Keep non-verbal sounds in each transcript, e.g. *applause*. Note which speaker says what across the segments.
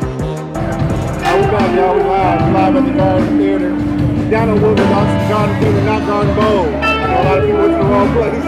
Speaker 1: Now we're live, y'all. We're live. live at the Garden Theater. Down in Woodland, Austin Garden Theater, not Garden Bowl. I know a lot of people went to the wrong place.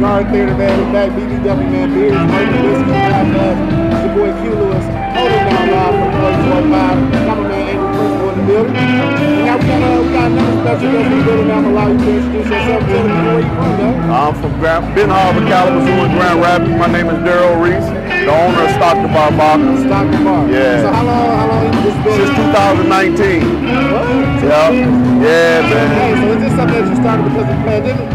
Speaker 1: Garden Theater, man, we're back. BBW, man, beers, whiskey, whiskey, podcast. It's your boy Q Lewis, holding down live from Place 15. I'm a man, Andrew Principal in the building. And now we got, uh, we got another special guest in the building. I'm allowed you to introduce yourself. Tell them where you from, though.
Speaker 2: I'm from Grand, Ben Harbor, Kalamazoo, and Grand Rapids. My name is Daryl Reese, the owner of Stockton Bar Bar
Speaker 1: Stock and Bar.
Speaker 2: Yeah.
Speaker 1: So how long, how long you just been?
Speaker 2: since 2019.
Speaker 1: What?
Speaker 2: Yeah, yeah,
Speaker 1: Hey,
Speaker 2: man.
Speaker 1: so is this something that you started because of the pandemic?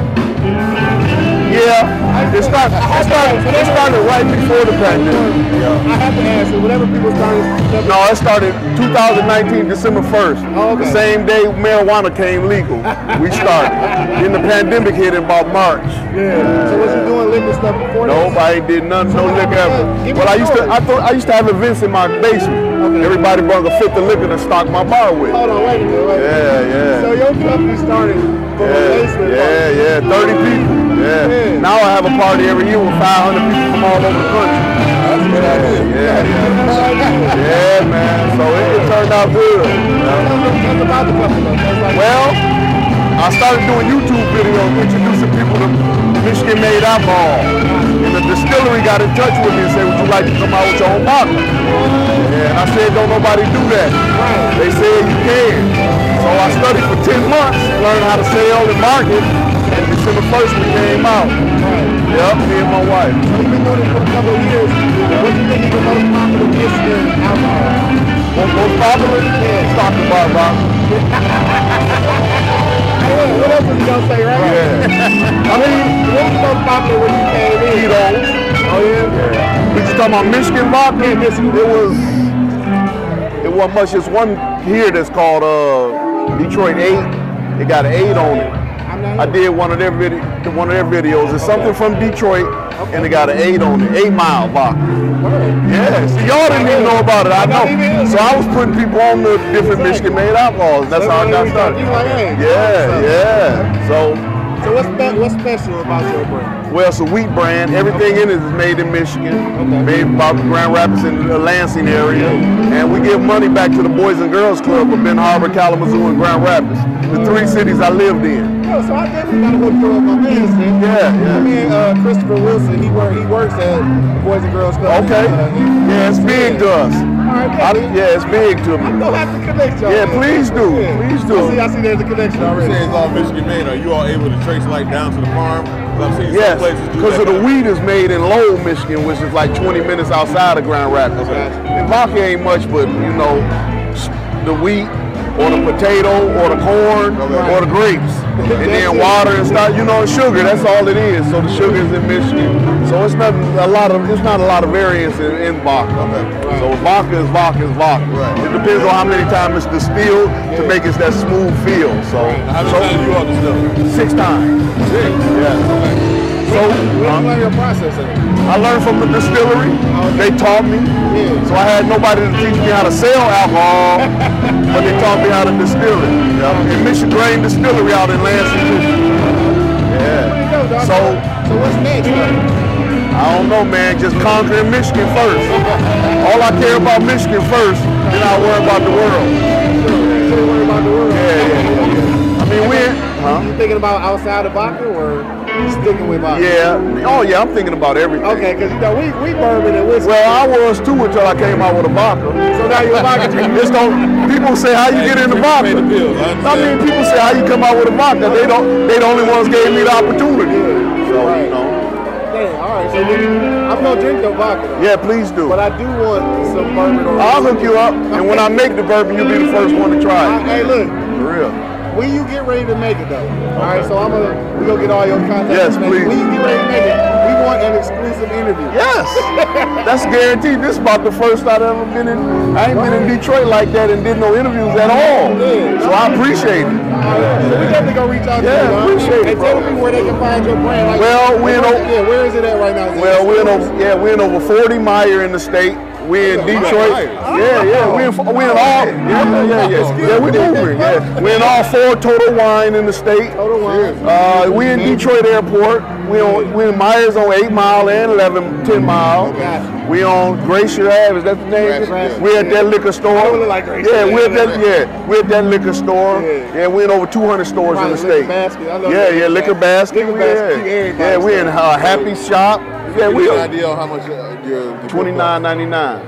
Speaker 2: Yeah, it started, it started, it started right before the pandemic. Yeah.
Speaker 1: I have to ask you, whatever people started stuff
Speaker 2: No, it started 2019, December 1st.
Speaker 1: Oh, okay.
Speaker 2: The same day marijuana came legal, we started. then the pandemic hit in about March.
Speaker 1: Yeah. So was you doing liquor stuff before that?
Speaker 2: Nobody did nothing, no liquor ever.
Speaker 1: Give me
Speaker 2: Well, I used to,
Speaker 1: yours.
Speaker 2: I thought, I used to have events in my basement.
Speaker 1: Okay.
Speaker 2: Everybody brought a fifth of liquor to stock my bar with.
Speaker 1: Hold on, wait a minute, wait a minute.
Speaker 2: Yeah, yeah.
Speaker 1: So your company started from a
Speaker 2: Yeah,
Speaker 1: basement.
Speaker 2: yeah, yeah, 30 people. Yeah.
Speaker 1: Yeah.
Speaker 2: Now I have a party every year with 500 people from all over the country.
Speaker 1: That's a good idea.
Speaker 2: Yeah, yeah.
Speaker 1: That's a good idea.
Speaker 2: Yeah, man. So it, it turned out good. you know.
Speaker 1: Tell them- tell them about the company, though. That's like-
Speaker 2: Well, I started doing YouTube videos introducing people to Michigan made alcohol. And the distillery got in touch with me and said, would you like to come out with your own bottle? And I said, don't nobody do that.
Speaker 1: Right.
Speaker 2: They said you can. So I studied for 10 months, learned how to sell and market. And December 1st we came out.
Speaker 1: Right.
Speaker 2: Yep, me and my wife.
Speaker 1: So you've been doing it for a couple of years. What do you think is the most popular Michigan alcohol?
Speaker 2: Most, most popular? Yeah. Soccer bar, rock.
Speaker 1: Hey, what else was you gonna say, right?
Speaker 2: Yeah. I mean,
Speaker 1: What was the most popular when you came in?
Speaker 2: Tito's. Oh yeah. We just talking about Michigan rock. Yeah, Michigan. It was. It wasn't much. It's one here that's called uh, Detroit Eight. It got an eight on it.
Speaker 1: I'm not
Speaker 2: I did one of their video, one of their videos. It's something from Detroit, and it got an eight on it, eight mile block. Yeah. See, y'all didn't even know about it. I
Speaker 1: don't even-
Speaker 2: know. So I was putting people on the different Michigan made outlaws. That's how I got started.
Speaker 1: You like, hey,
Speaker 2: Yeah, yeah. So
Speaker 1: So what's spe- what's special about your brand?
Speaker 2: Well, it's a wheat brand. Everything in it is made in Michigan,
Speaker 1: Okay.
Speaker 2: made by the Grand Rapids and the Lansing area. And we give money back to the Boys and Girls Club of Ben Harbor, Kalamazoo, and Grand Rapids, the three cities I lived in.
Speaker 1: Yo, so I definitely gotta go through my business. then.
Speaker 2: Yeah, yeah.
Speaker 1: I mean, uh, Christopher Wilson, he work, he works at Boys and Girls Club.
Speaker 2: Okay.
Speaker 1: Uh, he-
Speaker 2: Yeah, it's big to us.
Speaker 1: All right,
Speaker 2: I,
Speaker 1: yeah.
Speaker 2: yeah, it's big to me.
Speaker 1: Don't have to connect y'all.
Speaker 2: Yeah,
Speaker 1: man.
Speaker 2: please do. Please do.
Speaker 1: I see, I see there's a connection
Speaker 3: You say
Speaker 1: already.
Speaker 3: it's all uh, Michigan made. Are you all able to trace like down to the farm? 'Cause I've seen
Speaker 2: Yes,
Speaker 3: some places do
Speaker 2: because of
Speaker 3: that
Speaker 2: the
Speaker 3: now.
Speaker 2: wheat is made in Lowell, Michigan, which is like 20 minutes outside of Grand Rapids.
Speaker 3: Okay.
Speaker 2: And vodka ain't much, but you know, s- the wheat or the potato or the corn
Speaker 3: Okay.
Speaker 2: or the grapes, and
Speaker 1: That's
Speaker 2: then
Speaker 1: it.
Speaker 2: water and stuff. You know, sugar. That's all it is. So the sugar is in Michigan. So it's not a lot of it's not a lot of variance in, in vodka.
Speaker 3: Okay.
Speaker 2: So vodka is vodka is vodka.
Speaker 3: Right.
Speaker 2: It depends on how many times it's distilled to make it that smooth feel. So,
Speaker 3: How many
Speaker 2: so
Speaker 3: times you all this stuff?
Speaker 2: six times. Six. Yeah. So. um,
Speaker 1: What's like your process of it?
Speaker 2: I learned from the distillery. They taught me.
Speaker 1: Yeah.
Speaker 2: So I had nobody to teach me how to sell alcohol, but they taught me how to distill it. Yeah. In Mission Grain Distillery out in Lansing. Michigan.
Speaker 1: There you
Speaker 2: Yeah.
Speaker 1: go, dog.
Speaker 2: So
Speaker 1: so what's next? though?
Speaker 2: I don't know, man. Just conquering Michigan first. All I care about Michigan first, then I worry about the world.
Speaker 1: Don't worry about the world.
Speaker 2: Yeah, yeah, yeah. yeah. I mean, we're huh?
Speaker 1: You thinking about outside of vodka or sticking with vodka?
Speaker 2: Yeah. Oh yeah, I'm thinking about everything.
Speaker 1: Okay, because you know we we bourbon and whiskey.
Speaker 2: Well, I was too until I came out with a vodka.
Speaker 1: so now you're a vodka drinker.
Speaker 2: It's don't. People say how you
Speaker 3: Hey,
Speaker 2: get in the
Speaker 3: you
Speaker 2: vodka.
Speaker 3: Pay the bills. I
Speaker 2: I
Speaker 3: understand.
Speaker 2: mean, people say how you come out with a vodka. They don't. They the only ones gave me the opportunity. So you know.
Speaker 1: Dang, all right. So we, I'm gonna drink your vodka. though.
Speaker 2: Yeah, please do.
Speaker 1: But I do want some bourbon or
Speaker 2: I'll hook you up, and when I make the bourbon, you'll be the first one to try it.
Speaker 1: Hey, look.
Speaker 2: For real.
Speaker 1: When you get ready to make it, though, all right. So I'm gonna we gonna get all your contact.
Speaker 2: Yes,
Speaker 1: information.
Speaker 2: please.
Speaker 1: When you get ready to make it, we want an exclusive interview.
Speaker 2: Yes, that's guaranteed. This is about the first I've ever been in. I ain't been in Detroit like that and did no interviews at all.
Speaker 1: Yeah.
Speaker 2: So I appreciate it.
Speaker 1: So we definitely gonna reach out
Speaker 2: Yeah,
Speaker 1: to you. dog.
Speaker 2: appreciate it,
Speaker 1: And
Speaker 2: bro.
Speaker 1: tell people where they can find your brand. Like,
Speaker 2: Well, we
Speaker 1: where,
Speaker 2: in O-
Speaker 1: yeah, where is it at right now? Zay?
Speaker 2: Well, we're in over, yeah, we're in over 40 Meyer in the state. We're in
Speaker 1: Yeah,
Speaker 2: Detroit.
Speaker 1: Meyer.
Speaker 2: Yeah, yeah, we're in, we're in all. Yeah, yeah, yeah. Yeah, we're moving. Yeah, we're in all four total wine in the state.
Speaker 1: Total Wine.
Speaker 2: Uh, we in Detroit Airport. We on we in Myers on Eight Mile and 11, 10 Mile.
Speaker 1: Gotcha.
Speaker 2: We on Gracier Ave. Is that the name?
Speaker 1: Gracier.
Speaker 2: We at that liquor store.
Speaker 1: I really like Gracier.
Speaker 2: Yeah, we at that yeah we at that liquor store.
Speaker 1: Yeah.
Speaker 2: Yeah, we in over 200 stores in
Speaker 1: Probably
Speaker 2: the
Speaker 1: Liquor
Speaker 2: state.
Speaker 1: Basket. I love
Speaker 2: Yeah,
Speaker 1: Liquor
Speaker 2: yeah, liquor
Speaker 1: Basket.
Speaker 2: basket.
Speaker 1: Liquor
Speaker 2: we
Speaker 1: Basket,
Speaker 2: in.
Speaker 1: keep everybody
Speaker 2: Yeah, we in
Speaker 1: safe.
Speaker 2: uh, Happy Shop. Yeah, we
Speaker 3: Any
Speaker 2: are
Speaker 3: idea on how much uh, your your-
Speaker 2: twenty nine ninety nine.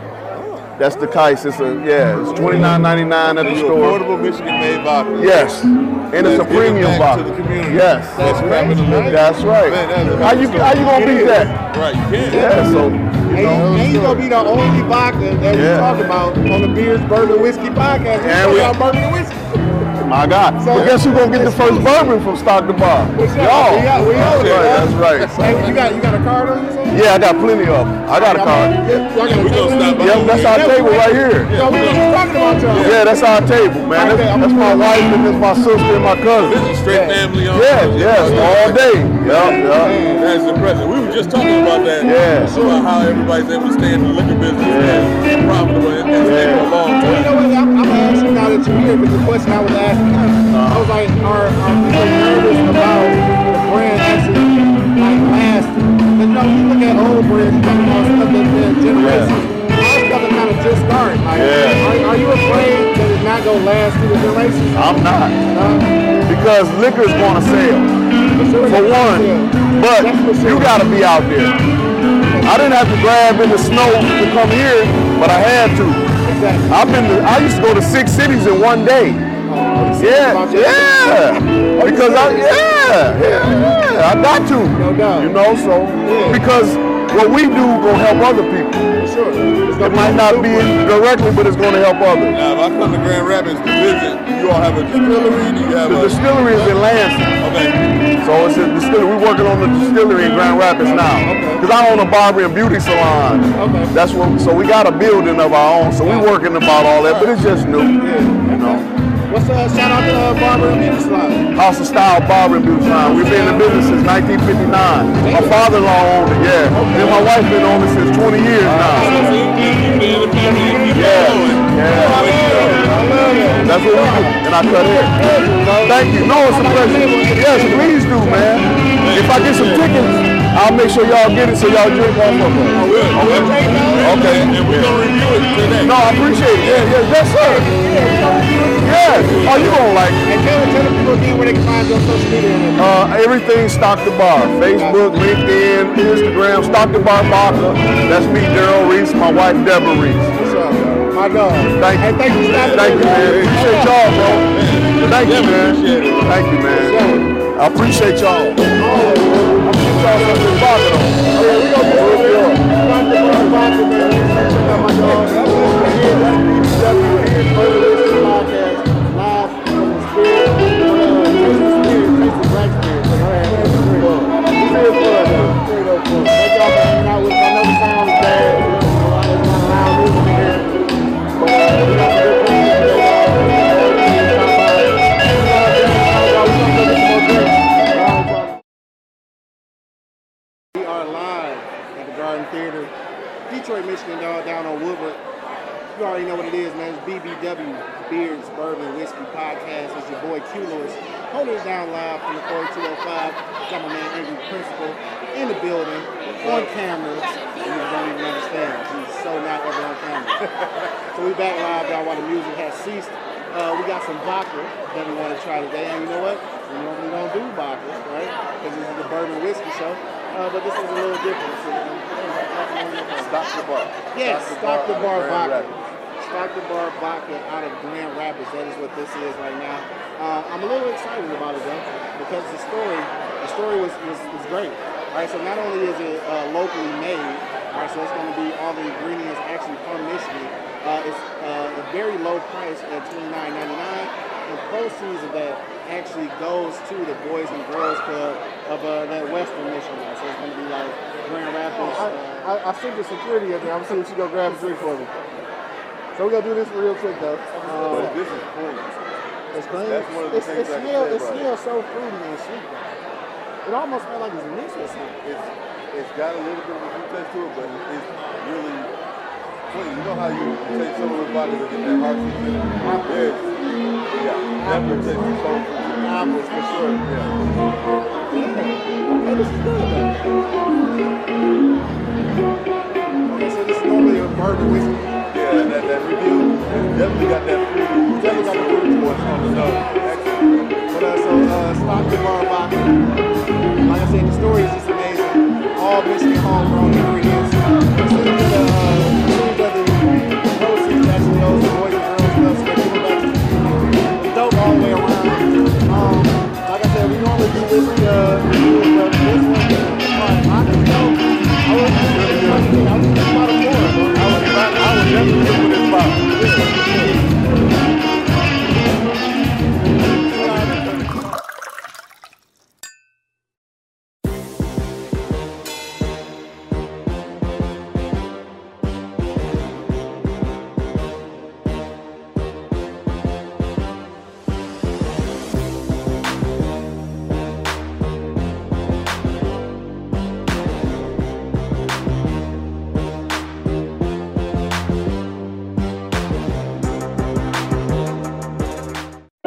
Speaker 2: That's the Kais. It's a yeah. It's twenty nine ninety nine at the
Speaker 3: your
Speaker 2: store.
Speaker 3: affordable Michigan-made vodka.
Speaker 2: Yes, and it's a
Speaker 3: That's giving
Speaker 2: premium
Speaker 3: back
Speaker 2: bottle.
Speaker 3: to the community.
Speaker 2: Yes,
Speaker 3: That's crapping the loop.
Speaker 2: that's right.
Speaker 3: Man, that's a-
Speaker 2: how you how you gonna
Speaker 1: It
Speaker 2: beat
Speaker 1: is.
Speaker 2: that?
Speaker 3: Right, you can.
Speaker 2: Yeah. So
Speaker 1: And, you- and you gonna be the only vodka that we
Speaker 2: Yeah.
Speaker 1: talked about on the Beers, Bourbon, Whiskey podcast. We
Speaker 2: And
Speaker 1: talk
Speaker 2: we-
Speaker 1: about bourbon and whiskey.
Speaker 2: my God.
Speaker 1: So-
Speaker 2: So guess who gonna get the first bourbon from Stock the Bar? Y'all.
Speaker 1: What's up? We out- we out there,
Speaker 2: That's
Speaker 1: huh?
Speaker 2: right. That's right.
Speaker 1: Hey, you got you got a card on you? or something?
Speaker 2: Yeah, I got plenty of. 'em. I got a card.
Speaker 1: Yeah, y'all got a
Speaker 3: We gonna
Speaker 1: table?
Speaker 3: stop by.
Speaker 2: Yep, that's our table right here.
Speaker 1: So we were just talking about y'all.
Speaker 2: Yeah, that's our table, man. That's, that's my wife and that's my sister and my
Speaker 3: This
Speaker 2: cousin.
Speaker 3: is straight family on.
Speaker 2: Yeah, yes, all day. Yep, yep.
Speaker 3: That's impressive. We were just talking about that.
Speaker 2: Yeah.
Speaker 3: About how everybody's able to stay in the liquor business and profitable and and stay for a long
Speaker 1: You
Speaker 3: time.
Speaker 1: know what? I'm, I'm gonna ask you now that you're here because the question I was asking, I was like, are, are people nervous about the brand actually like lasting? Because you know, you look at old brands, you talk about stuff that's been generations. Our stuff is kind of just starting. Like,
Speaker 2: Yeah.
Speaker 1: are, are you afraid that it's not gonna last through the generations?
Speaker 2: I'm not
Speaker 1: Uh,
Speaker 2: because liquor's going to sell
Speaker 1: for sure
Speaker 2: for
Speaker 1: they
Speaker 2: one,
Speaker 1: will.
Speaker 2: but
Speaker 1: That's for sure.
Speaker 2: you got to be out there. I didn't have to grab in the snow to come here, but I had to.
Speaker 1: Exactly. Oh,
Speaker 2: I've been to, I used to go to six cities in one day. Yeah,
Speaker 1: About your-
Speaker 2: yeah, because I yeah, yeah, yeah, I got to.
Speaker 1: No doubt.
Speaker 2: You know, so
Speaker 1: Yeah.
Speaker 2: because what we do gonna help other people.
Speaker 1: For sure. It's gonna
Speaker 2: It might not be directly, but it's gonna help others.
Speaker 3: Now, if I come to Grand Rapids to visit, you all have a distillery. Do you have
Speaker 2: The
Speaker 3: a
Speaker 2: distillery is in Lansing. *laughs*
Speaker 3: Okay.
Speaker 2: So it's a distillery. We're working on the distillery in Grand Rapids now.
Speaker 1: Okay.
Speaker 2: Because I own a barber and beauty salon.
Speaker 1: Okay.
Speaker 2: That's what. So we got a building of our own. So we're working about all that, but it's just new. You know,
Speaker 1: What's uh, shout out to uh, Barbara and Beauty Salon?
Speaker 2: House of Style Barber and Beauty Salon. We've been in business since 1959. My father-in-law owned it. Yeah. And my wife been on it since 20 years now.
Speaker 3: So you keep it in the family and keep it going.
Speaker 2: Yeah.
Speaker 1: I love it.
Speaker 2: That's what we do. And I cut hair. Thank you. No, it's a pleasure. Yes, please do, man. If I get some tickets, I'll make sure y'all get it so y'all drink off of them.
Speaker 3: We'll take those.
Speaker 2: Okay.
Speaker 3: And we're gonna review it today.
Speaker 2: No, I appreciate it. Yeah, yeah, yes, sir. Yes. Oh, you gonna like it.
Speaker 1: And tell, tell the people again where they can find you on social media. and everything.
Speaker 2: Uh, everything Stock the Bar. Facebook, LinkedIn, Instagram, Stock the Bar Vodka. That's me, Daryl Reese, my wife, Deborah Reese.
Speaker 1: What's up? My dog.
Speaker 2: Thank you.
Speaker 1: Hey, thank you for stopping
Speaker 2: Thank you,
Speaker 1: by.
Speaker 2: man. Appreciate y'all, bro. Thank you, man. Thank you, man. I appreciate y'all.
Speaker 1: Oh,
Speaker 2: I appreciate y'all for this vodka, though.
Speaker 1: Yeah, we gonna get some of your vodka, vodka, vodka, man. Check out my dog. That's it for here. That's BBW. We're here for the Listen podcast. Live from the Spirit. Uh, Taste the Spirit. Taste the Black Spirit. Go ahead. Have some drink. It's real fun, though. It's real fun. Thank y'all for hanging out with us. I know the sound is bad. It's not loud music here. But, uh, we got a good plan today. We are live at the Garden Theater, Detroit, Michigan, dog, down on Woodward. You already know what it is, man. It's BBW, Beards, Bourbon, Whiskey Podcast. It's your boy Q Lewis. Holding it down live from the 4205. Got my man Andrew Principal in the building, on camera. And you don't even understand. He's so not ever on camera. *laughs* so we back live, y'all, while the music has ceased. Uh, we got some vodka that we want to try today. And you know what? We normally don't do vodka, right? Because this is the Bourbon Whiskey Show. Uh, but this is a little different. So,
Speaker 2: Stock the Bar.
Speaker 1: Yes, Stock the Bar
Speaker 2: Grand
Speaker 1: Vodka. Stock the Bar Vodka out of Grand Rapids. That is what this is right now. Uh, I'm a little excited about it though because the story, the story was was, was great. All right, so not only is it uh, locally made,
Speaker 4: All right, so it's going to be all the ingredients actually from Michigan. Uh, it's uh, a very low price at $29.99. The proceeds of that actually goes to the Boys and Girls Club of uh, that Western Michigan. So it's going to be like Grand Rapids.
Speaker 1: I,
Speaker 4: uh,
Speaker 1: I, I sent the security up there. I'm seeing if she go grab a drink for me. So we're gonna do this real quick though. Um,
Speaker 3: But this is clean.
Speaker 1: It's clean.
Speaker 3: That's one of the
Speaker 1: it's,
Speaker 3: things I
Speaker 1: it
Speaker 3: can
Speaker 1: smells
Speaker 3: say
Speaker 1: it
Speaker 3: about it.
Speaker 1: smells so fruity and sweet. It almost smells like it's mixed with something.
Speaker 3: It's, it's got a little bit of a fruit taste to it, but it's really clean. You know how you take some of those bodies and get that hearty feeling? Yes. Yeah. That fruit taste is so fruity.
Speaker 1: Apples
Speaker 3: For sure, yeah.
Speaker 1: Hey, this is good though. Okay, so this is normally a bourbon whiskey.
Speaker 3: Yeah, and that, that review has definitely got that fruity taste to it. Boy, it's on the nose. Excellent.
Speaker 1: But uh, so uh, stop the bar box. Like I said, the story is just amazing. All Michigan homegrown ingredients. So the uh, the proceeds actually goes to boys and girls clubs, so they give back to the community. It's dope all the way around. Um, like I said, we normally do this uh, reviews, but this one, as far as I can go, I would really good. I would give it about a four. bro. I would, I would definitely give it this bottle. This one, for sure.